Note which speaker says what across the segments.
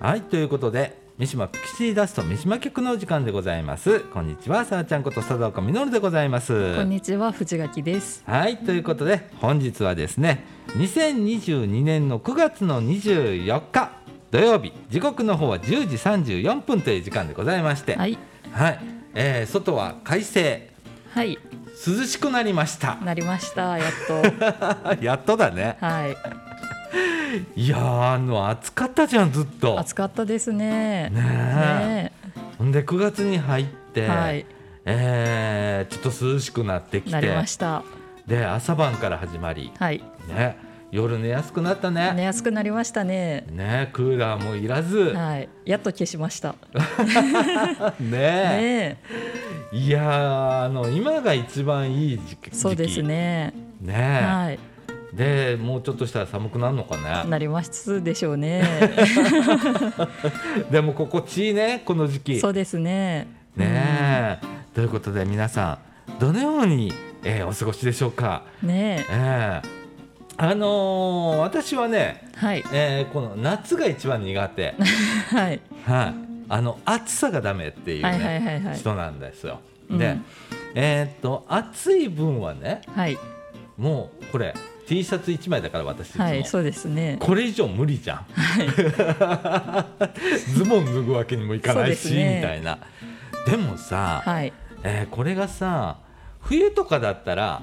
Speaker 1: はいということで三島ピクシーダスト三島局のお時間でございますこんにちはさあちゃんこと佐藤岡実でございます
Speaker 2: こんにちは藤垣です。
Speaker 1: はいということで本日はですね2022年の9月の24日土曜日時刻の方は10時34分という時間でございまして
Speaker 2: は
Speaker 1: はい、
Speaker 2: い
Speaker 1: えー外は快晴
Speaker 2: はい
Speaker 1: 涼しくなりま した
Speaker 2: なりましたやっ と
Speaker 1: やっとだね
Speaker 2: はい
Speaker 1: いやーあの暑かったじゃんずっと
Speaker 2: 暑かったです
Speaker 1: ね
Speaker 2: ね。
Speaker 1: え
Speaker 2: ね
Speaker 1: ほんで9月に入って、
Speaker 2: はい
Speaker 1: えーちょっと涼しくなってき
Speaker 2: なり
Speaker 1: て
Speaker 2: ました。
Speaker 1: で朝晩から始まり、
Speaker 2: はい
Speaker 1: ね、夜寝やすくなった
Speaker 2: 寝
Speaker 1: ね
Speaker 2: やすくなりましたね。
Speaker 1: ねクーラーもいらず、
Speaker 2: はいやっと消しました。
Speaker 1: ね
Speaker 2: ね
Speaker 1: いやーあの今が一番いい時期
Speaker 2: そうですね。
Speaker 1: ね
Speaker 2: はい
Speaker 1: でもうちょっとしたら寒くなるのかね
Speaker 2: なりますでしょうね。
Speaker 1: でも心地いいねこの時期
Speaker 2: そうですね。
Speaker 1: ねということで皆さんどのように、えーお過ごしでしょうか
Speaker 2: うんね
Speaker 1: ええあのー私はね、
Speaker 2: はい
Speaker 1: えーこの夏が一番苦手、
Speaker 2: はい
Speaker 1: はい、あの暑さがダメっていう、ね
Speaker 2: はいはいはいはい
Speaker 1: 人なんですよ。
Speaker 2: うん
Speaker 1: で、えーっと暑い分はね
Speaker 2: はい
Speaker 1: もうこれ T シャツ1枚だから私いつも、
Speaker 2: はいそうですね。
Speaker 1: これ以上無理じゃん、 ズボン脱ぐわけにもいかない
Speaker 2: そ
Speaker 1: し、
Speaker 2: うですね
Speaker 1: みたいなでもさ、
Speaker 2: はい
Speaker 1: えーこれがさ冬とかだったら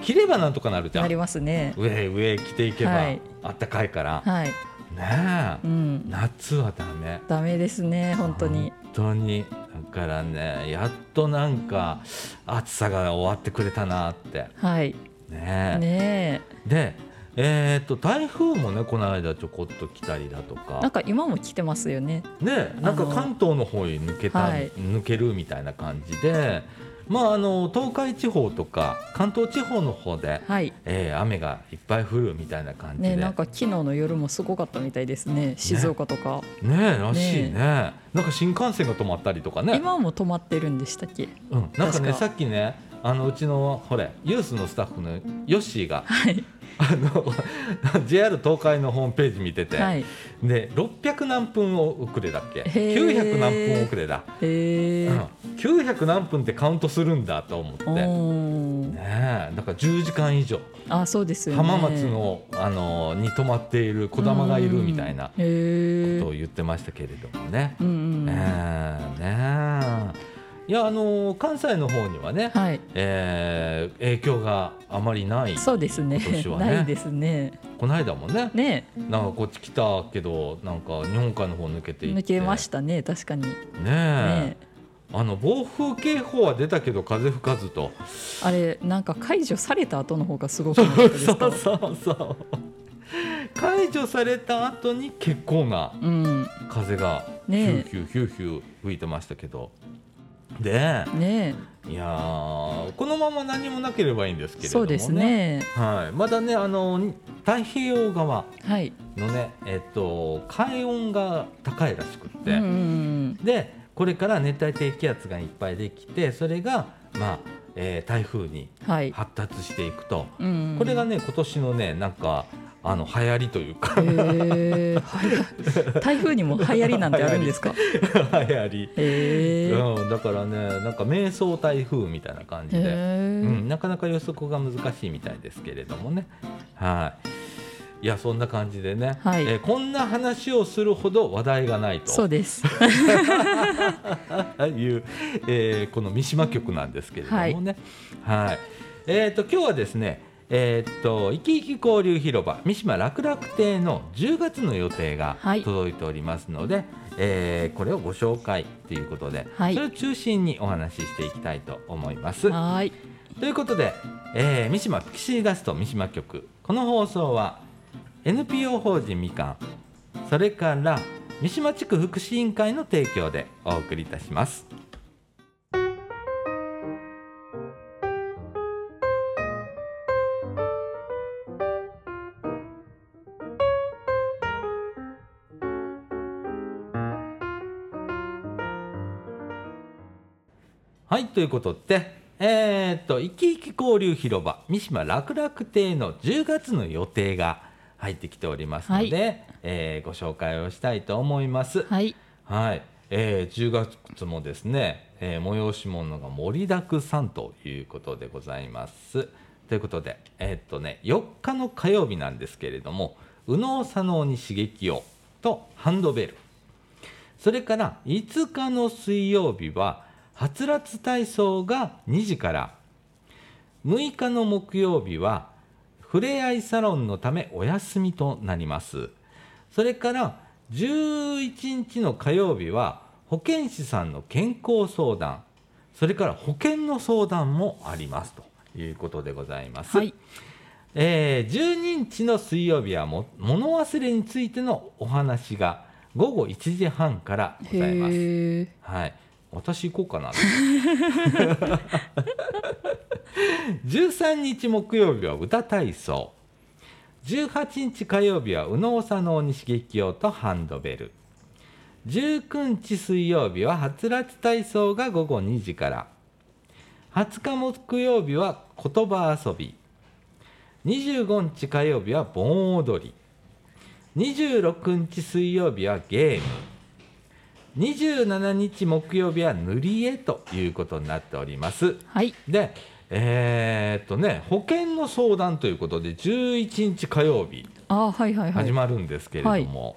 Speaker 1: 着ればなんとかなるじゃ
Speaker 2: なんりますね。
Speaker 1: 上上着ていけば、
Speaker 2: はい
Speaker 1: あったかいから、
Speaker 2: はい
Speaker 1: ねえ、
Speaker 2: うん
Speaker 1: 夏はダメ
Speaker 2: ダメですね本当に。
Speaker 1: 本当にだからねやっとなんか暑さが終わってくれたなって
Speaker 2: はい
Speaker 1: ねえ
Speaker 2: ねえ。
Speaker 1: でえー、と台風もねこの間ちょこっと来たりだと
Speaker 2: なん
Speaker 1: か
Speaker 2: か今も来てますよね。
Speaker 1: ねえなんか
Speaker 2: あの
Speaker 1: 関東の方に抜けた、
Speaker 2: はい
Speaker 1: 抜けるみたいな感じでまああの東海地方とか関東地方の方で、
Speaker 2: はい。
Speaker 1: えー雨がいっぱい降るみたいな感じで
Speaker 2: ね、なんか昨日の夜もすごかったみたいですね。静岡とか。
Speaker 1: ねえらしいね
Speaker 2: ね
Speaker 1: なんか新幹線が止まったりとかね
Speaker 2: 今も止まってるんでしたっけ。
Speaker 1: うん、なんかね
Speaker 2: 確か
Speaker 1: さっきねあのうちのほれユースのスタッフのヨッシーが
Speaker 2: はい。
Speaker 1: あの JR 東海のホームページ見てて、
Speaker 2: はい。
Speaker 1: で600何分遅れだっけ
Speaker 2: へー
Speaker 1: 900何分遅れだ、
Speaker 2: ええー。
Speaker 1: うん、900何分ってカウントするんだと思って、ね
Speaker 2: おー
Speaker 1: えだから10時間以上
Speaker 2: あ、そうですよね。
Speaker 1: 浜松の、あのに泊まっている子玉がいるみたいなこ
Speaker 2: うんへえ
Speaker 1: とを言ってましたけれどもね。
Speaker 2: うんうん。
Speaker 1: ね
Speaker 2: は
Speaker 1: えねえいやあの関西の方にはね、
Speaker 2: い。
Speaker 1: えー影響があまりない
Speaker 2: そうですね
Speaker 1: 今年。はね
Speaker 2: ないですね。
Speaker 1: この間もね
Speaker 2: ね。
Speaker 1: なんかこっち来たけどなんか日本海の方抜けていって
Speaker 2: 抜けましたね。確かに。ね
Speaker 1: ねえあの暴風警報は出たけど風吹かずと
Speaker 2: あれ、なんか解除された後の方がすごくなかったですか。
Speaker 1: そうそう解除された後に結構な
Speaker 2: うん。
Speaker 1: 風がヒ
Speaker 2: ね
Speaker 1: ュー
Speaker 2: え
Speaker 1: ヒューヒューヒュー吹いてましたけどで
Speaker 2: ね
Speaker 1: いやーこのまま何もなければいいんですけれど
Speaker 2: そ
Speaker 1: も
Speaker 2: う
Speaker 1: ね
Speaker 2: ですね。
Speaker 1: はい、まだねあの太平洋側
Speaker 2: はい。
Speaker 1: のね、えっと、海温が高いらしくって、
Speaker 2: うんうん
Speaker 1: でこれから熱帯低気圧がいっぱいできてそれが、まあえー台風に
Speaker 2: うん。はい。
Speaker 1: 発達していくと、
Speaker 2: うんうん
Speaker 1: これがね今年のねなんかあの流行りというか
Speaker 2: へーはや台風にも流行りなんてあるんで すか。
Speaker 1: 流行り、
Speaker 2: へー
Speaker 1: うん、だからねなんか迷走台風みたいな感じ
Speaker 2: へ
Speaker 1: で、う
Speaker 2: ー
Speaker 1: ん、なかなか予測が難しいみたいですけれどもね。はいいやそんな感じでね、
Speaker 2: はい
Speaker 1: えーこんな話をするほど話題がないと
Speaker 2: そうです。
Speaker 1: いう、えーこの三島局なんですけれどもね。はい、えっ、と今日はですね。えーっと生き生き交流広場三島楽楽亭の10月の予定が
Speaker 2: はい
Speaker 1: 届いておりますので、えーこれをご紹介ということで、
Speaker 2: はい
Speaker 1: それを中心にお話ししていきたいと思います。
Speaker 2: はーい。
Speaker 1: ということで、えー三島ピクシーダスト三島局この放送は NPO 法人みかんそれから三島地区福祉委員会の提供でお送りいたします。はいということで、えーっと生き生き交流広場三島楽楽亭の10月の予定が、入ってきておりますので、えーご紹介をしたいと思います。
Speaker 2: はい。
Speaker 1: はい、えー、10月もですね、えー、催し物が盛りだくさんということでございます。ということで、えーっとね、4日の火曜日なんですけれども、右脳左脳に刺激をとハンドベル、それから5日の水曜日は、はつらつ体操が2時から、6日の木曜日は、ふれあいサロンのためお休みとなります。それから11日の火曜日は保健師さんの健康相談それから保険の相談もありますということでございます、
Speaker 2: はい。
Speaker 1: えー12日の水曜日はも物忘れについてのお話が午後1時半からございます、
Speaker 2: へえ。
Speaker 1: はい、私行こうかな13日木曜日は歌体操18日火曜日は右脳左脳に刺激用とハンドベル19日水曜日ははつらつ体操が午後2時から20日木曜日は言葉遊び25日火曜日は盆踊り26日水曜日はゲーム27日木曜日は塗り絵ということになっております。
Speaker 2: はい。
Speaker 1: で、えーっとね、保険の相談ということで、11日火曜日
Speaker 2: あーはいはいはい。
Speaker 1: 始まるんですけれども、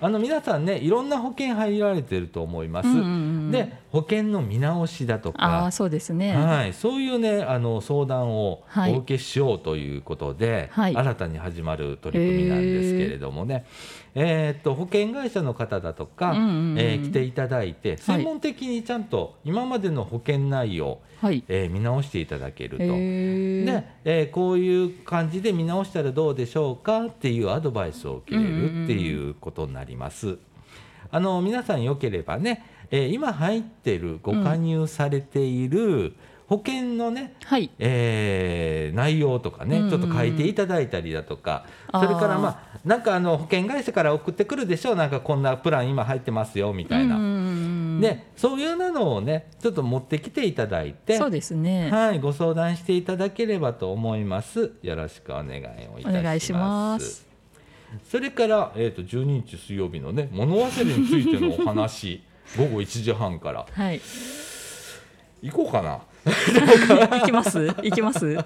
Speaker 1: あの皆さんね、いろんな保険入られてると思います。
Speaker 2: うんうんうん
Speaker 1: で、保険の見直しだと
Speaker 2: ああ
Speaker 1: か、
Speaker 2: そうですね。
Speaker 1: はい、そういうね、あの相談を
Speaker 2: はい
Speaker 1: お受けしようということで、
Speaker 2: はい
Speaker 1: 新たに始まる取り組みなんですけれどもね、えーっと保険会社の方だとか、
Speaker 2: うんうんうん
Speaker 1: えー来ていただいて、専門的にちゃんと今までの保険内容、
Speaker 2: はい。
Speaker 1: えー見直していただけると。
Speaker 2: へえ。
Speaker 1: で、えーこういう感じで見直したらどうでしょうかっていうアドバイスを受けれるっていうことになります。あの皆さんよければね、えー今入ってるご加入されている保険のね、
Speaker 2: はい。
Speaker 1: えー内容とかね、
Speaker 2: うんうん
Speaker 1: ちょっと書いていただいたりだとか
Speaker 2: あ
Speaker 1: そ
Speaker 2: ー
Speaker 1: れからまあなんかあの保険会社から送ってくるでしょうなんかこんなプラン今入ってますよみたいな、
Speaker 2: うんうんうんうん。
Speaker 1: でそういうなのをねちょっと持ってきていただいて
Speaker 2: そうですね。
Speaker 1: はい、ご相談していただければと思います。よろしくお願いをいたします。
Speaker 2: お願いします
Speaker 1: それから、えっ、と、12日水曜日のね、物忘れについてのお 話。午後1時半から
Speaker 2: はい。
Speaker 1: 行こうかな
Speaker 2: 行きます。行きます。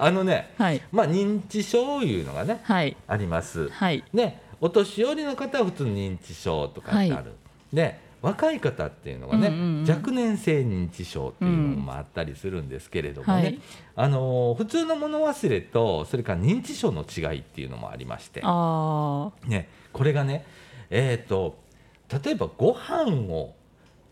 Speaker 1: あのね
Speaker 2: はい。
Speaker 1: まあ認知症いうのがね
Speaker 2: はい。
Speaker 1: あります
Speaker 2: はい。
Speaker 1: ねお年寄りの方は普通認知症とかってある、で若い方っていうのがね、
Speaker 2: うんうんうん
Speaker 1: 若年性認知症っていうのもあったりするんですけれどもね、
Speaker 2: うんはい
Speaker 1: あのー普通の物忘れとそれから認知症の違いっていうのもありまして、
Speaker 2: あ
Speaker 1: ね、これがね、えー、と例えばご飯を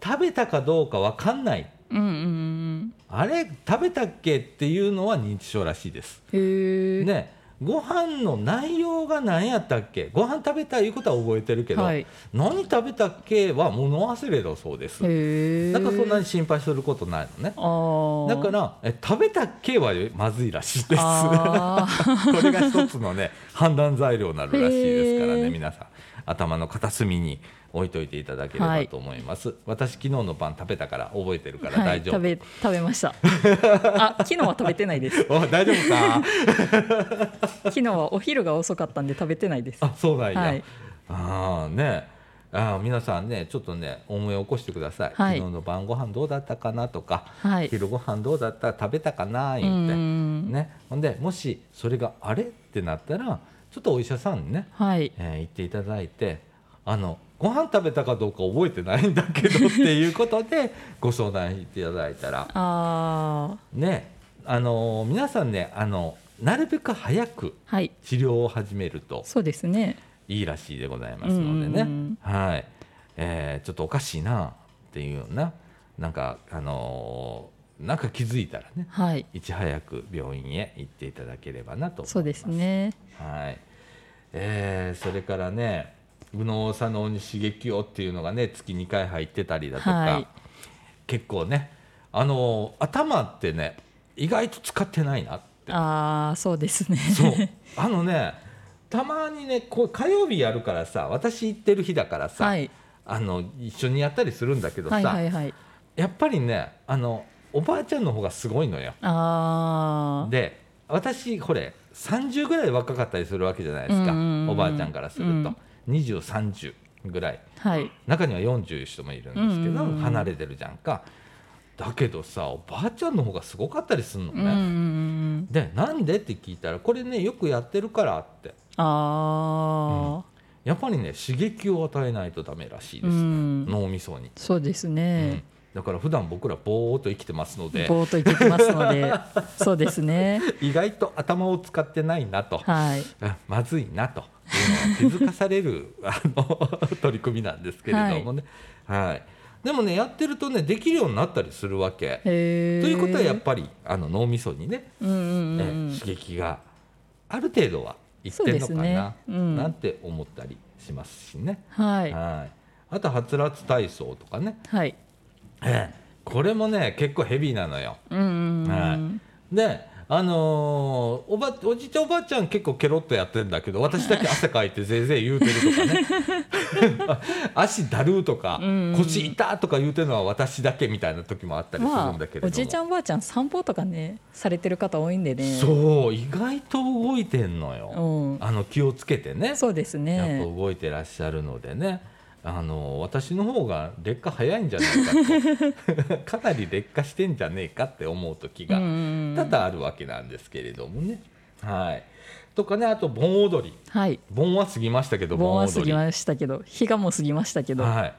Speaker 1: 食べたかどうかわかんない
Speaker 2: あ。うんうん
Speaker 1: あれ食べたっけっていうのは認知症らしいです。
Speaker 2: うん。へえ。
Speaker 1: ね、ご飯の内容が何やったっけご飯食べたいうことは覚えてるけど、
Speaker 2: はい
Speaker 1: 何食べたっけは物忘れだそうです
Speaker 2: へえ。
Speaker 1: だからそんなに心配することないのね
Speaker 2: ああ。
Speaker 1: だからえ食べたっけはまずいらしいです こ
Speaker 2: あー
Speaker 1: れが一つのね判断材料になるらしいですから
Speaker 2: へ
Speaker 1: ね
Speaker 2: ー
Speaker 1: 皆さん頭の片隅に置いといていただければと思います、私昨日の晩食べたから覚えてるから
Speaker 2: はい、
Speaker 1: 大丈夫、
Speaker 2: 食べ食べ ました。あ、昨日は食べてないです。
Speaker 1: お大丈夫か
Speaker 2: 昨日はお昼が遅かったんで食べてないです。
Speaker 1: あそうなんや、
Speaker 2: はい、
Speaker 1: ああねあー皆さんねちょっとね思い起こしてください、
Speaker 2: はい
Speaker 1: 昨日の晩ご飯どうだったかなとか、
Speaker 2: はい。
Speaker 1: 昼ご飯どうだった食べたかな
Speaker 2: う
Speaker 1: 言って、
Speaker 2: ん、
Speaker 1: ね、ほんでもしそれがあれってなったらちょっとお医者さんにね、
Speaker 2: はい。
Speaker 1: えー行っていただいてあのご飯食べたかどうか覚えてないんだけどっていうこと でご相談いただいたら
Speaker 2: ああ、
Speaker 1: ねあのー皆さんねあのなるべく早く
Speaker 2: はい。
Speaker 1: 治療を始めると
Speaker 2: そうですね。
Speaker 1: いいらしいでございますのでね、
Speaker 2: うんうん
Speaker 1: はいえーちょっとおかしいなっていうようななんかあのーなんか気づいたらね
Speaker 2: はい。
Speaker 1: いち早く病院へ行っていただければなと思います。
Speaker 2: そうですね。
Speaker 1: はい。えーそれからね、右脳左脳に刺激をっていうのがね、月2回入ってたりだとか、
Speaker 2: はい
Speaker 1: 結構ね、あのー頭ってね、意外と使ってないなって。
Speaker 2: ああ、そうですね。
Speaker 1: そう。 あのね、たまにね、こう火曜日やるからさ、私行ってる日だからさ、
Speaker 2: はい。
Speaker 1: あの一緒にやったりするんだけどさ、
Speaker 2: はいはいはい。
Speaker 1: やっぱりね、あのおばあちゃんの方がすごいのよ。
Speaker 2: ああ。
Speaker 1: で私これ30ぐらい若かったりするわけじゃないですか、
Speaker 2: うんうんうん
Speaker 1: おばあちゃんからすると、2030ぐらい
Speaker 2: はい
Speaker 1: 中には40人もいるんですけど、
Speaker 2: うんうんうん
Speaker 1: 離れてるじゃんかだけどさおばあちゃんの方がすごかったりするの
Speaker 2: う
Speaker 1: ね、
Speaker 2: んうんうん
Speaker 1: でなんでって聞いたらこれねよくやってるからって
Speaker 2: あ
Speaker 1: やっぱりね刺激を与えないとダメらしい
Speaker 2: あう
Speaker 1: です、
Speaker 2: ん
Speaker 1: 脳みそに、
Speaker 2: そうです
Speaker 1: うん
Speaker 2: ね
Speaker 1: だから普段僕らぼーっと生きてますので
Speaker 2: ぼーっといてきますの でそうですね
Speaker 1: 意外と頭を使ってないなと、
Speaker 2: はい
Speaker 1: あまずいなというのは気づかされる あの取り組みなんですけれどもね、はいでもねやってるとねできるようになったりするわけ。
Speaker 2: と
Speaker 1: と
Speaker 2: い
Speaker 1: いうことはやっぱりあの脳みそにね、
Speaker 2: うんうんう
Speaker 1: え
Speaker 2: ん
Speaker 1: 刺激がある程度はいってるのか
Speaker 2: そうです
Speaker 1: な
Speaker 2: ね、うん
Speaker 1: なんて思ったりしますしね。
Speaker 2: はい
Speaker 1: はいあとはつらつ体操とかね、
Speaker 2: はい
Speaker 1: ええこれもね結構ヘビーなのよ。
Speaker 2: うんうんうん
Speaker 1: はであのーおばおじいちゃんおばあちゃん結構ケロッとやってんだけど私だけ汗かいてぜいぜい言うてると かね足だるーとか
Speaker 2: うんうん
Speaker 1: 腰痛とか言うてるのは私だけみたいな時もあったりする
Speaker 2: ま
Speaker 1: ん
Speaker 2: あ
Speaker 1: だけれども、
Speaker 2: おじいちゃんおばあちゃん散歩とかねされてる方多いんでね
Speaker 1: そう意外と動いてんのよ、
Speaker 2: うん
Speaker 1: あの気をつけてね
Speaker 2: そうです
Speaker 1: やっぱ
Speaker 2: ね
Speaker 1: 動いてらっしゃるのでねあの私の方が劣化早いんじゃないかと かなり劣化してんじゃねえかって思う時が
Speaker 2: うんうんうん
Speaker 1: 多々あるわけなんですけれどもね。はい、とかねあと盆踊り
Speaker 2: はい
Speaker 1: 盆は過ぎましたけど
Speaker 2: 盆
Speaker 1: 盆
Speaker 2: は
Speaker 1: 踊
Speaker 2: 過
Speaker 1: り
Speaker 2: ぎましたけど日がもう過ぎましたけど、
Speaker 1: はい、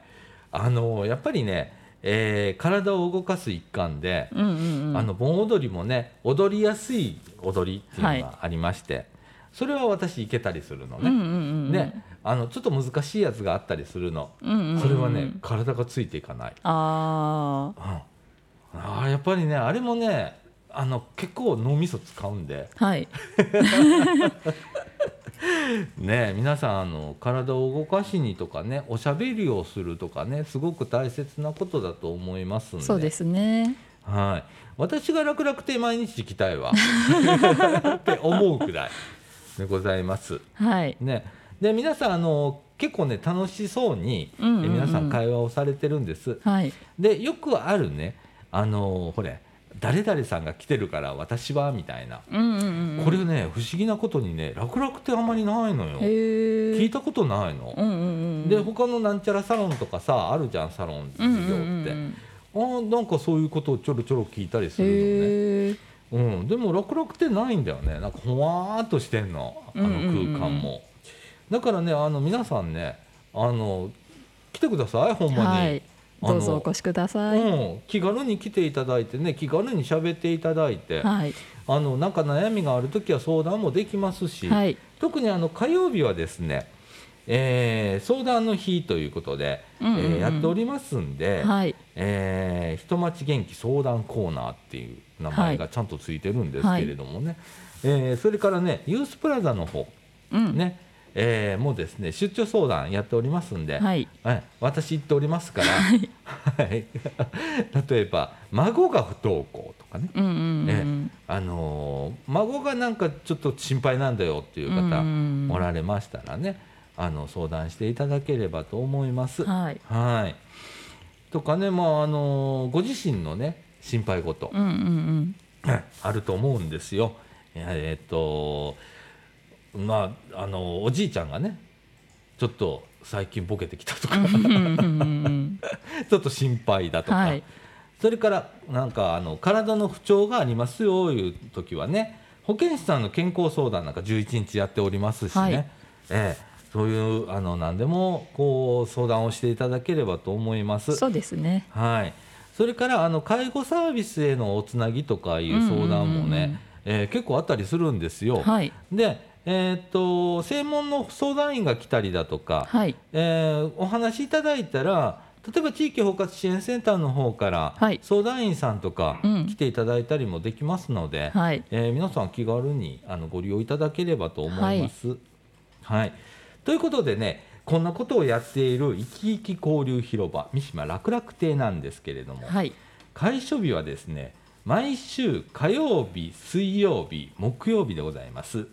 Speaker 1: あのやっぱりね、えー体を動かす一環で、
Speaker 2: うんうんうん
Speaker 1: あの盆踊りもね踊りやすい踊りっていうのがありまして、それは私行けたりするの
Speaker 2: うんう
Speaker 1: ね。
Speaker 2: んうんうん
Speaker 1: であのちょっと難しいやつがあったりするの、
Speaker 2: うんうんうん
Speaker 1: それはね体がついていかない、
Speaker 2: あ
Speaker 1: うん、あーやっぱりねあれもねあの結構脳みそ使うんで
Speaker 2: あはい
Speaker 1: ね皆さんあの体を動かしにとかねおしゃべりをするとかねすごく大切なことだと思いますんで
Speaker 2: そうですね
Speaker 1: はい私が楽々て毎日行きたいわ って思うくらいでございます。
Speaker 2: はい
Speaker 1: ね、で皆さんあの結構ね楽しそうに、
Speaker 2: うんうんうん
Speaker 1: え皆さん会話をされてるんです。
Speaker 2: はい
Speaker 1: でよくあるねあのほれ誰々さんが来てるから私はみたいな、
Speaker 2: うんうんうん
Speaker 1: これね不思議なことにね楽々ってあんまりないのよ。
Speaker 2: へ
Speaker 1: 聞
Speaker 2: え
Speaker 1: いたことないの。
Speaker 2: うんうんうん
Speaker 1: で他のなんちゃらサロンとかさあるじゃんサロン
Speaker 2: うんうん
Speaker 1: 授業って、
Speaker 2: うん
Speaker 1: あーなんかそういうことをちょろちょろ聞いたりする
Speaker 2: へえ
Speaker 1: のね、うん、でも楽々ってないんだよねなんかほわーっとしてんのあの
Speaker 2: うんうんうんうん
Speaker 1: 空間も、だからねあの皆さんねあの来てくださいほんまに、
Speaker 2: はい
Speaker 1: あの
Speaker 2: どうぞお越しください、
Speaker 1: うん、気軽に来ていただいてね気軽に喋っていただいて、
Speaker 2: はい
Speaker 1: あのなんか悩みがある時は相談もできますし、
Speaker 2: はい
Speaker 1: 特にあの火曜日はですね、えー相談の日ということで、
Speaker 2: うんうんうん
Speaker 1: えーやっておりますんで、
Speaker 2: はい
Speaker 1: えー人待ち元気相談コーナーっていう名前がちゃんとついてるんですけれどもね、えーそれからねユースプラザの方
Speaker 2: うん
Speaker 1: ね、えーもうですね出張相談やっておりますんで、
Speaker 2: はい
Speaker 1: はい、私行っておりますから、はい、 例えば孫が不登校とかね、
Speaker 2: うんうんうん
Speaker 1: あのー孫がなんかちょっと心配なんだよっていう方
Speaker 2: うんうんうん
Speaker 1: おられましたらね、あの相談していただければと思います。
Speaker 2: はい
Speaker 1: はいとかね、まああのーご自身のね心配事、
Speaker 2: うんうん
Speaker 1: あると思うんですよ。いやえっとまああのおじいちゃんがねちょっと最近ボケてきたとか
Speaker 2: うんうんうんうん うん
Speaker 1: ちょっと心配だとか、
Speaker 2: はい
Speaker 1: それからなんかあの体の不調がありますよいう時はね保健師さんの健康相談なんか11日やっておりますしね、
Speaker 2: はい
Speaker 1: ええ、そういうあの何でもこう相談をしていただければと思います。
Speaker 2: そうですね
Speaker 1: はい、それからあの介護サービスへのおつなぎとかいう相談も
Speaker 2: うんうんうんうん
Speaker 1: ね、えー結構あったりするんですよ。
Speaker 2: はい
Speaker 1: で、えーっと専門の相談員が来たりだとか、
Speaker 2: はい
Speaker 1: えーお話しいただいたら例えば地域包括支援センターの方から、
Speaker 2: はい
Speaker 1: 相談員さんとか
Speaker 2: うん
Speaker 1: 来ていただいたりもできますので、
Speaker 2: はい
Speaker 1: えー皆さん気軽にあのご利用いただければと思います。はい、ということでねこんなことをやっている生き生き交流広場三島楽楽亭なんですけれども、
Speaker 2: はい
Speaker 1: 開所日はですね毎週火曜日水曜日木曜日でございます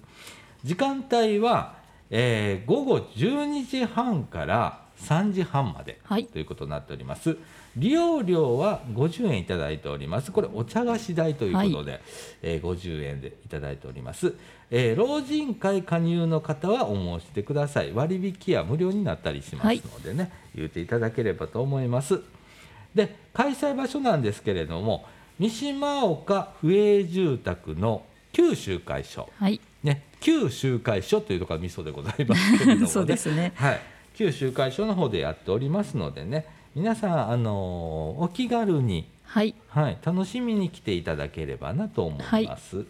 Speaker 1: 時間帯は、えー午後12時半から3時半まで
Speaker 2: はい
Speaker 1: ということになっております、利用料は50円いただいておりますこれお茶菓子代ということで、えー50円でいただいております、えー老人会加入の方はお申し出ください割引は無料になったりしますのでね、言っていただければと思いますで開催場所なんですけれども三島岡府営住宅の旧集会所
Speaker 2: はい、
Speaker 1: ね、旧集会所というところがミソでございますけれども、ね
Speaker 2: そうですね
Speaker 1: はい、旧集会所の方でやっておりますのでね皆さん、あのーお気軽に、
Speaker 2: はい、
Speaker 1: はい、楽しみに来ていただければなと思います。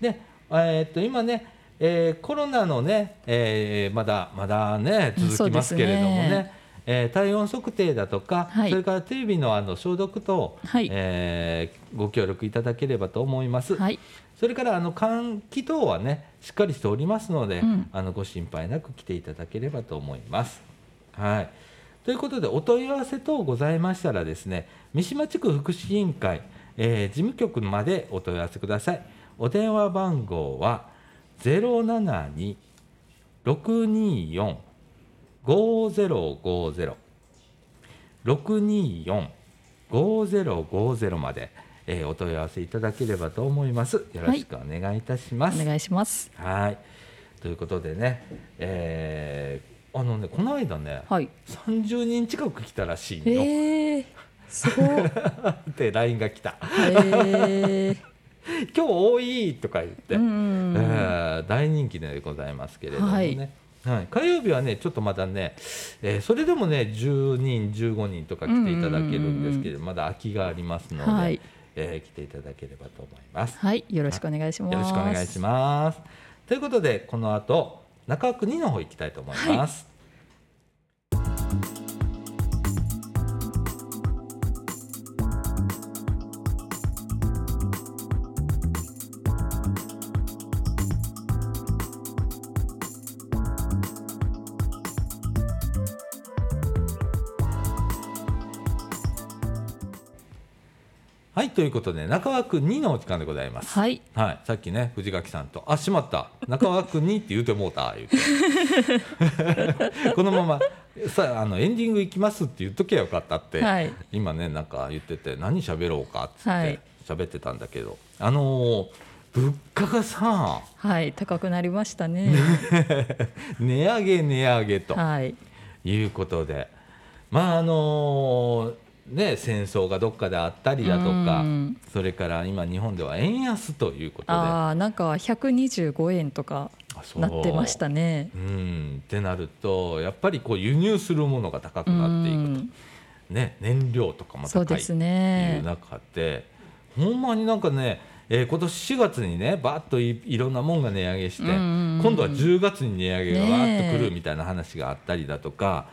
Speaker 1: で、えーっと今ね、えーコロナのね、えーまだまだね
Speaker 2: うん
Speaker 1: 続きますけれども
Speaker 2: そうです
Speaker 1: ね
Speaker 2: ね。
Speaker 1: えー体温測定だとか、
Speaker 2: はい
Speaker 1: それからテレビのあの消毒等、
Speaker 2: はい
Speaker 1: えーご協力いただければと思います。
Speaker 2: はい、
Speaker 1: それからあの換気等はねしっかりしておりますので、
Speaker 2: うん
Speaker 1: あのご心配なく来ていただければと思います。はいということでお問い合わせ等ございましたらですね三島地区福祉委員会、えー事務局までお問い合わせください。お電話番号は072 624 5050 624-5050まで、えーお問い合わせいただければと思います。よろしくお願いいたします。
Speaker 2: お願いします。
Speaker 1: はいということでね、えーあのねこの間ね、
Speaker 2: はい。
Speaker 1: 30人近く来たらしい
Speaker 2: え
Speaker 1: よ、
Speaker 2: ー、そう。
Speaker 1: って LINE が来た「
Speaker 2: えー、
Speaker 1: 今日多い!」とか言って、
Speaker 2: うん
Speaker 1: えー大人気でございますけれどもね、はい火曜日はねちょっとまだね、えーそれでもね10人15人とか来ていただけるんですけれど、まだ空きがありますので、
Speaker 2: はい
Speaker 1: えー来ていただければと思います。
Speaker 2: はい、よろしくお願いします。
Speaker 1: よろしくお願いします。ということでこの後中国の方行きたいと思います。はい、ということで中川区2のお時間でございます。
Speaker 2: はい、
Speaker 1: はい、さっきね藤垣さんと「あしまった中川君に」って言うてもうた言うて このままさあのエンディング行きますって言っときゃよかったって、
Speaker 2: はい
Speaker 1: 今ねなんか言ってて何喋ろうかっつっ
Speaker 2: は
Speaker 1: て
Speaker 2: い
Speaker 1: 喋ってたんだけど、あのー物価がさ
Speaker 2: はい、高くなりました ね。
Speaker 1: 値上げ値上げと
Speaker 2: はい、
Speaker 1: いうことで、まああのーね戦争がどっかであったりだとか
Speaker 2: うん
Speaker 1: それから今日本では円安ということで
Speaker 2: ああ、なんか125円とか
Speaker 1: あそう
Speaker 2: なってましたね
Speaker 1: う。んってなるとやっぱりこう輸入するものが高く
Speaker 2: う
Speaker 1: なっていくと、
Speaker 2: ん、
Speaker 1: ね、燃料とかも
Speaker 2: そう
Speaker 1: 高い
Speaker 2: で
Speaker 1: って
Speaker 2: す
Speaker 1: いう
Speaker 2: ね。
Speaker 1: 中でほんまになんかね、えー今年4月にねバーッといいろんなもんが値上げして、
Speaker 2: うんうんうん
Speaker 1: 今度は10月に値上げがわーっとく
Speaker 2: ね
Speaker 1: る
Speaker 2: え
Speaker 1: みたいな話があったりだとか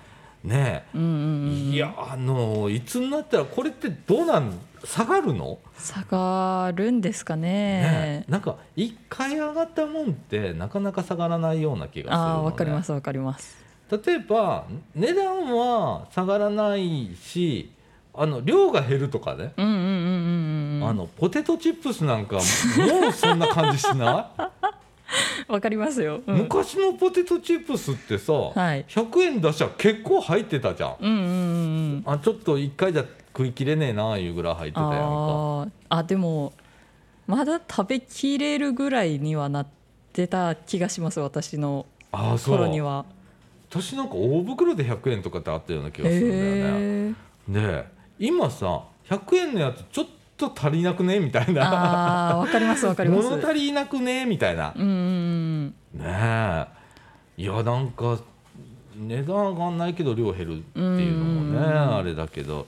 Speaker 1: ね
Speaker 2: うんうんうん、
Speaker 1: いやあのいつになったらこれってどうなん下がるの、
Speaker 2: 下がるんですか
Speaker 1: ね
Speaker 2: ね。
Speaker 1: なんか一回上がったもんってなかなか下がらないような気がするの、ね、
Speaker 2: ああ、わかります、わかります。
Speaker 1: 例えば値段は下がらないしあの量が減るとかね、
Speaker 2: うんうんうんうんうん。
Speaker 1: あのポテトチップスなんかもうそんな感じしない、
Speaker 2: わかりますよ。 うん
Speaker 1: 昔のポテトチップスってさ、
Speaker 2: はい
Speaker 1: 100円出したら結構入ってたじゃん、
Speaker 2: うんうんうんうん。
Speaker 1: あちょっと1回じゃ食いきれねえなあいうぐらい入ってたやんか
Speaker 2: あーあでもまだ食べきれるぐらいにはなってた気がします私の
Speaker 1: ああそ
Speaker 2: 頃
Speaker 1: う
Speaker 2: には。
Speaker 1: 私なんか大袋で100円とかってあったような気がするんだよね、
Speaker 2: へえ
Speaker 1: で今さ100円のやつちょっと足りなくねみたいな
Speaker 2: あーわかりますわかります。
Speaker 1: 物足りなくねみたいな
Speaker 2: うんうん
Speaker 1: ねえいやなんか値段上がんないけど量減るっていうのもね
Speaker 2: うん
Speaker 1: あれだけど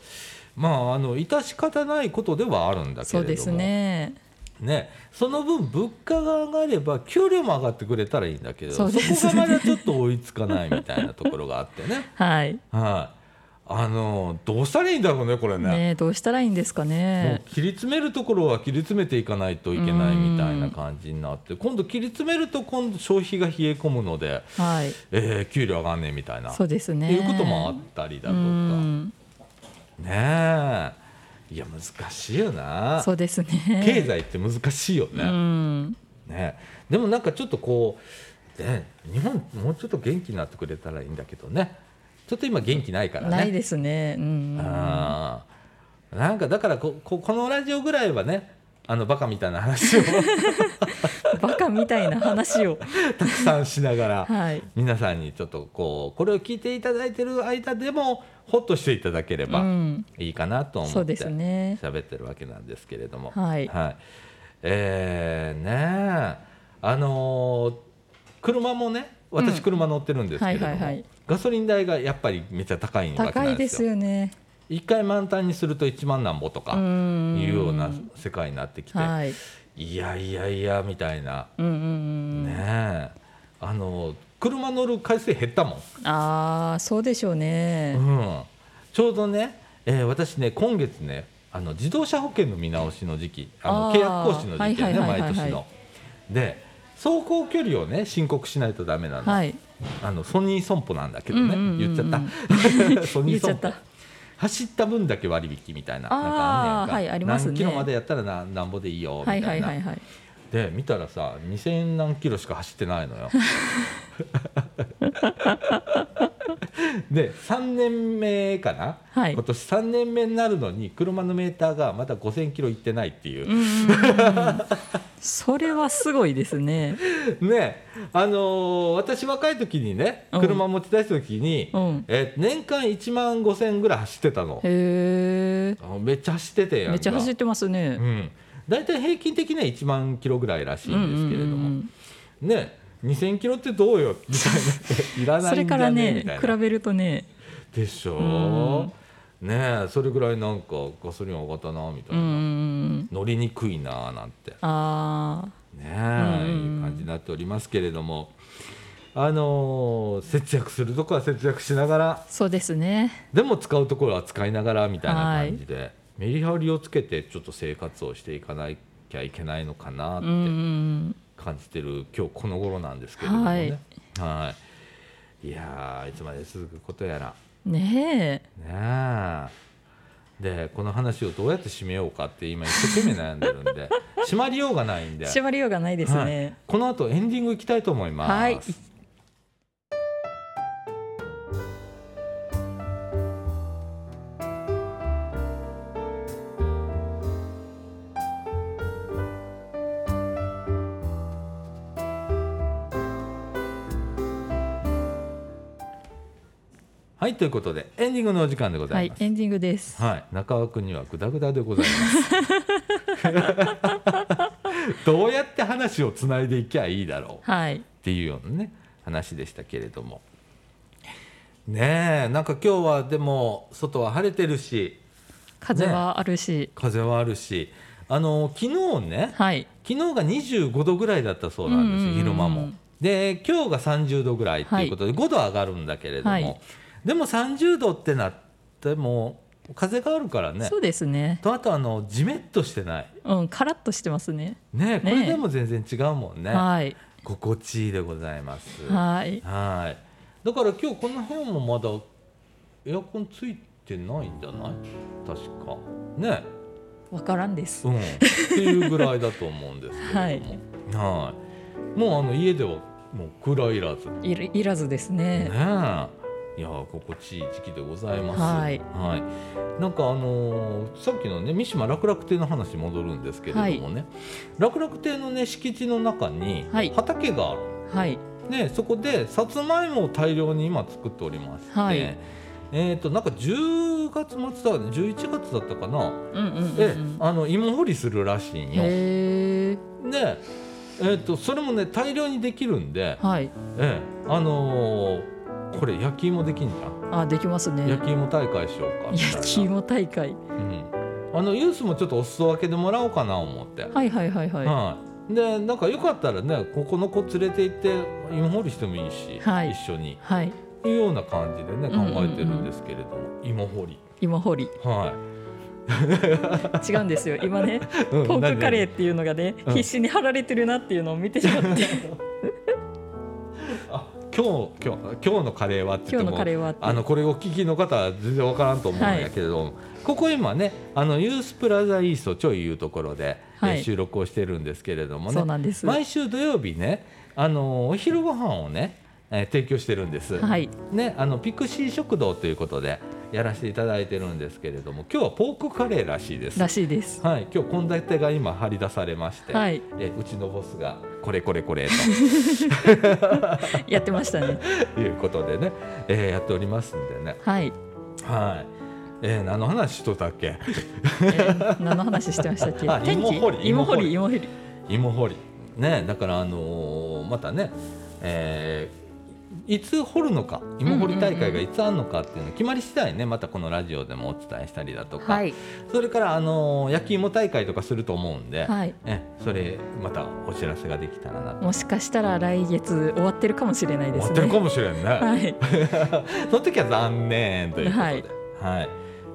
Speaker 1: まああの致し方ないことではあるん
Speaker 2: う
Speaker 1: だ
Speaker 2: ん
Speaker 1: け
Speaker 2: そ
Speaker 1: れども
Speaker 2: うですね。
Speaker 1: ねその分物価が上がれば給料も上がってくれたらいいんだけど
Speaker 2: そうですね
Speaker 1: そこがまだちょっと追いつかないみたいなところがあってね
Speaker 2: はい。
Speaker 1: はいあのどうしたらいいんだろうねこれね
Speaker 2: ねえどうしたらいいんですか
Speaker 1: も
Speaker 2: ね
Speaker 1: う。切り詰めるところは切り詰めていかないといけないみたいな感じになって今度切り詰めると今度消費が冷え込むので。
Speaker 2: はい。
Speaker 1: えー給料上がんねえみたいな
Speaker 2: そうですね。
Speaker 1: いうこともあったりだと
Speaker 2: う
Speaker 1: か
Speaker 2: ん
Speaker 1: ねえいや難しいよな
Speaker 2: そうですね。
Speaker 1: 経済って難しいよ
Speaker 2: う
Speaker 1: ね,、
Speaker 2: ん
Speaker 1: ねでもなんかちょっとこう、ね、日本もうちょっと元気になってくれたらいいんだけどねちょっと今元気ないからね
Speaker 2: ないですね。うんうんうん。
Speaker 1: あーなんかだからこここのラジオぐらいはねあのバカみたいな話を
Speaker 2: バカみたいな話を。
Speaker 1: たくさんしながら
Speaker 2: はい。
Speaker 1: 皆さんにちょっとこうこれを聞いていただいてる間でもホッとしていただけれ
Speaker 2: う
Speaker 1: ば
Speaker 2: ん。
Speaker 1: いいかなと思
Speaker 2: そう
Speaker 1: って
Speaker 2: ですね。
Speaker 1: 喋ってるわけなんですけれども、
Speaker 2: はい。
Speaker 1: えーねえあのー車もね私
Speaker 2: うん
Speaker 1: 車乗ってるんですけれども、
Speaker 2: はいはいはい
Speaker 1: ガソリン代がやっぱりめっちゃ高いわけ
Speaker 2: 高
Speaker 1: ないんで
Speaker 2: ですす
Speaker 1: よ。
Speaker 2: よね。
Speaker 1: 一回満タンにすると1万なんぼとか
Speaker 2: ん
Speaker 1: いうような世界になってきて、
Speaker 2: はい。
Speaker 1: いやいやいやみたいな、
Speaker 2: うんうんうん。
Speaker 1: ねえあの車乗る回数減ったもん、
Speaker 2: ああ、そうでしょうね。
Speaker 1: うん、ちょうどね、えー私ね今月ねあの自動車保険の見直しの時期あの
Speaker 2: あー
Speaker 1: 契約更新の時期やね
Speaker 2: はいはいはいはい
Speaker 1: 毎年の。で走行距離をね申告しないとダメなの,、
Speaker 2: はい。
Speaker 1: あのソニー損保なんだけどね、
Speaker 2: うんうんうんうん
Speaker 1: 言っちゃった ソニー
Speaker 2: 言っちゃ
Speaker 1: 損保
Speaker 2: った。
Speaker 1: 走った分だけ割引みたいな
Speaker 2: あー
Speaker 1: なんかあんねやんか
Speaker 2: はいありますね
Speaker 1: 何キロまでやったらななんぼでいいよみた
Speaker 2: はいい
Speaker 1: な、
Speaker 2: はいはいはい。
Speaker 1: で見たらさ2000何キロしか走ってないの よで3年目かな、
Speaker 2: はい
Speaker 1: 今年3年目になるのに車のメーターがまだ5000キロいってないっていう
Speaker 2: うんうんうん。それはすごいですね。
Speaker 1: ねあのー私若い時にね
Speaker 2: うん
Speaker 1: 車持ち出した時に、
Speaker 2: うん。
Speaker 1: え年間1万5000ぐらい走ってたの
Speaker 2: へえ。
Speaker 1: あめっちゃ走っててやんか
Speaker 2: めっちゃ走ってますね
Speaker 1: う。ん、大体平均的には1万キロぐらいらしいんですけれども、
Speaker 2: うんうんうん
Speaker 1: ね2000キロってどうよみたいないらな
Speaker 2: そ
Speaker 1: い
Speaker 2: れ
Speaker 1: ん
Speaker 2: か
Speaker 1: じゃ
Speaker 2: ら
Speaker 1: ねみ
Speaker 2: ね
Speaker 1: たい
Speaker 2: 比
Speaker 1: な
Speaker 2: べるとね
Speaker 1: でしょねえそれぐらいなんかガソリン上がったなみた
Speaker 2: う
Speaker 1: い
Speaker 2: ん
Speaker 1: な、
Speaker 2: うんうん
Speaker 1: 乗りにくいななんてね
Speaker 2: あ
Speaker 1: え、
Speaker 2: うんうんうん
Speaker 1: いう感じになっておりますけれどもあのー節約するとこは節約しながら
Speaker 2: ーそうですね
Speaker 1: でも使うところは使いながらみたいな感じで、メリハリをつけてちょっと生活をしていかなきゃいけないのかなっ
Speaker 2: う
Speaker 1: て
Speaker 2: んうん
Speaker 1: 感じてる今日この頃なんですけれどもね。はい。い、やーいつまで続くことやら。
Speaker 2: うんねえ
Speaker 1: ねえ。でこの話をどうやって締めようかって今一生懸命悩んでるん で締まりようがないんで。
Speaker 2: 縛りようがないです
Speaker 1: はい
Speaker 2: ね、
Speaker 1: この後エンディングいきたいと思います。
Speaker 2: はい
Speaker 1: はいということでエンディングのお時間でござ
Speaker 2: はいい
Speaker 1: ます。
Speaker 2: エンディングです
Speaker 1: はい、中尾君にはグダグダでござい ます。 どうやって話をつないでいきゃいいだろう
Speaker 2: はい
Speaker 1: っていうようなね話でしたけれども。ねえなんか今日はでも外は晴れてるし
Speaker 2: 風はあるし
Speaker 1: 風はあるしあの昨日ね
Speaker 2: はい
Speaker 1: 昨日が25度ぐらいだったそうなんですよ、
Speaker 2: うんうんうん
Speaker 1: 昼間も。で今日が30度ぐらいっていうことで、5度上がるんだけれども、
Speaker 2: はい
Speaker 1: でも30度ってなっても風があるからね
Speaker 2: そうですね
Speaker 1: とあとあのジメッとしてない
Speaker 2: うんカラッとしてますね
Speaker 1: ねえこ
Speaker 2: ね
Speaker 1: れ
Speaker 2: え
Speaker 1: でも全然違うもんね
Speaker 2: はい
Speaker 1: 心地いいでございます
Speaker 2: はい
Speaker 1: はいだから今日この辺もまだエアコンついてないんじゃない確かねえ
Speaker 2: わからんです
Speaker 1: うん、っていうぐらいだと思うんですけ れどもはいもうあの家ではもうクーラーいらずね
Speaker 2: いるいらずです
Speaker 1: え
Speaker 2: ね
Speaker 1: いやー心地いい時期でございます
Speaker 2: はい
Speaker 1: はいなんかあのーさっきのね三島楽々亭の話戻るんですけれどもね、楽々亭のね敷地の中に
Speaker 2: はい
Speaker 1: 畑がある、
Speaker 2: はい
Speaker 1: ねそこでさつまいもを大量に今作っておりまして、
Speaker 2: はい
Speaker 1: えっ、となんか10月末だ11月だったかな、
Speaker 2: うんうんう
Speaker 1: で
Speaker 2: ん
Speaker 1: あの芋掘りするらしいん
Speaker 2: うん
Speaker 1: よ。
Speaker 2: へえ
Speaker 1: で、えー、とそれもね大量にできるんで、
Speaker 2: はい
Speaker 1: ええあのーこれ焼き芋できんじゃ
Speaker 2: あできます
Speaker 1: ん
Speaker 2: ね
Speaker 1: 焼き芋大会しようかみたいな
Speaker 2: 焼き芋大会
Speaker 1: うん、あのユースもちょっとお裾分けでもらおうかな思って、はい
Speaker 2: はいはいはいは
Speaker 1: でなんかよかったらねここの子連れて行って芋掘りしてもいいし、
Speaker 2: はい
Speaker 1: 一緒に
Speaker 2: いはい
Speaker 1: いうような感じでね
Speaker 2: うんうんうん
Speaker 1: 考えてるんですけれども、芋掘り
Speaker 2: 芋掘り
Speaker 1: は
Speaker 2: 違うんですよ 今ね
Speaker 1: い
Speaker 2: ポークカレ
Speaker 1: ー
Speaker 2: ーっていうのがね、
Speaker 1: うん
Speaker 2: 必死に貼られてるなっていうのを見てしまって
Speaker 1: あ今日今日今日のカレーはって言って
Speaker 2: 今日の
Speaker 1: も
Speaker 2: カレーはって
Speaker 1: あのこれお聞きの方は全然わからんと思うんやけれども、ここ今ねあのユースプラザイーストちょいいうところで、
Speaker 2: はい
Speaker 1: えー収録をしてるんですけれども
Speaker 2: そう
Speaker 1: ね
Speaker 2: なんです。
Speaker 1: 毎週土曜日ねあのお昼ご飯をねえー提供してるんです、
Speaker 2: はい
Speaker 1: ね、あのピクシー食堂ということでやらせていただいてるんですけれども今日はポークカレーらしいです。
Speaker 2: らしいです。
Speaker 1: はい、今日献立が今張り出されまして、
Speaker 2: はい、
Speaker 1: えうちのボスがこれこれこれ
Speaker 2: やってましたね。
Speaker 1: ということでね、えーやっておりますんでね
Speaker 2: はい。
Speaker 1: はい、えー何の話しとったっけ
Speaker 2: えー何の話してましたっけ
Speaker 1: あ？
Speaker 2: 天気？
Speaker 1: 芋掘り
Speaker 2: 芋掘り、芋掘り。
Speaker 1: 芋掘りねだからあのーまたね、えーいつ掘るのか芋掘り大会がいつあるのかっていうの決まり次第ねまたこのラジオでもお伝えしたりだとか、
Speaker 2: はい。
Speaker 1: それから、あのー焼き芋大会とかすると思うんで、
Speaker 2: はい。
Speaker 1: えそれまたお知らせができたらなと
Speaker 2: もしかしたら来月終わってるかもしれないで
Speaker 1: 思
Speaker 2: す
Speaker 1: ってるか
Speaker 2: ね。
Speaker 1: もしれんね、
Speaker 2: はい。
Speaker 1: その時は残念ということで、は
Speaker 2: はい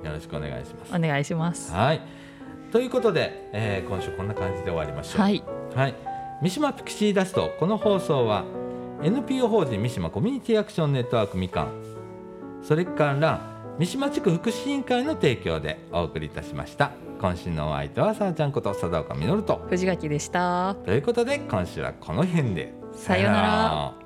Speaker 2: い
Speaker 1: よろしくお願いします。
Speaker 2: お願いします。
Speaker 1: はいということで、えー今週こんな感じで終わりましょう。
Speaker 2: はい。
Speaker 1: はい、三島ピクシーダストこの放送は NPO 法人三島コミュニティアクションネットワークみかんそれから三島地区福祉委員会の提供でお送りいたしました今週のお相手はさあちゃんこと佐田岡実と
Speaker 2: 藤垣でした。
Speaker 1: ということで今週はこの辺で
Speaker 2: さようなら